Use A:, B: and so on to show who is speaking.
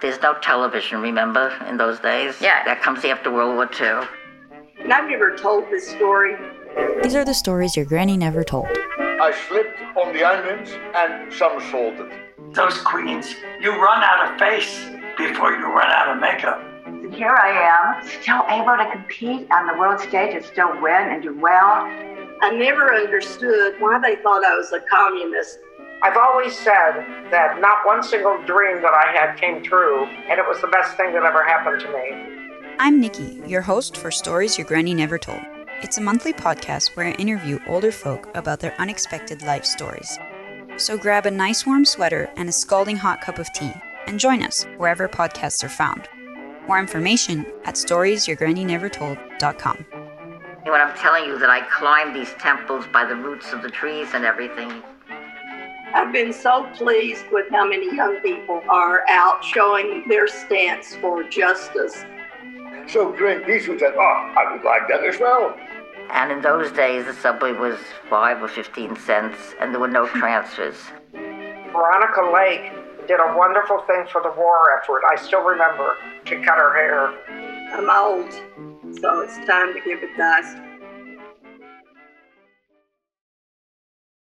A: There's no television, remember, in those days?
B: Yeah.
A: That comes after World War II.
C: And I've never told this story.
D: These are the stories your granny never told.
E: I slipped on the onions and somersaulted.
F: those queens, you run out of face before you run out of makeup.
C: And here I am, still able to compete on the world stage and still win and do well. I never understood why they thought I was a communist.
G: I've always said that not one single dream that I had came true, and it was the best thing that ever happened to me.
D: I'm Nikki, your host for Stories Your Granny Never Told. It's a monthly podcast where I interview older folk about their unexpected life stories. So grab a nice warm sweater and a scalding hot cup of tea and join us wherever podcasts are found. More information at storiesyourgrannynevertold.com.
A: When I'm telling you that I climbed these temples by the roots of the trees and everything,
C: I've been so pleased with how many young people are out showing their stance for justice.
E: So great issues that, oh, I would like that as well.
A: and in those days the subway was five or fifteen cents, and there were no transfers.
G: Veronica Lake did a wonderful thing for the war effort. I still remember she cut her hair.
C: I'm old, so it's time to give it to us.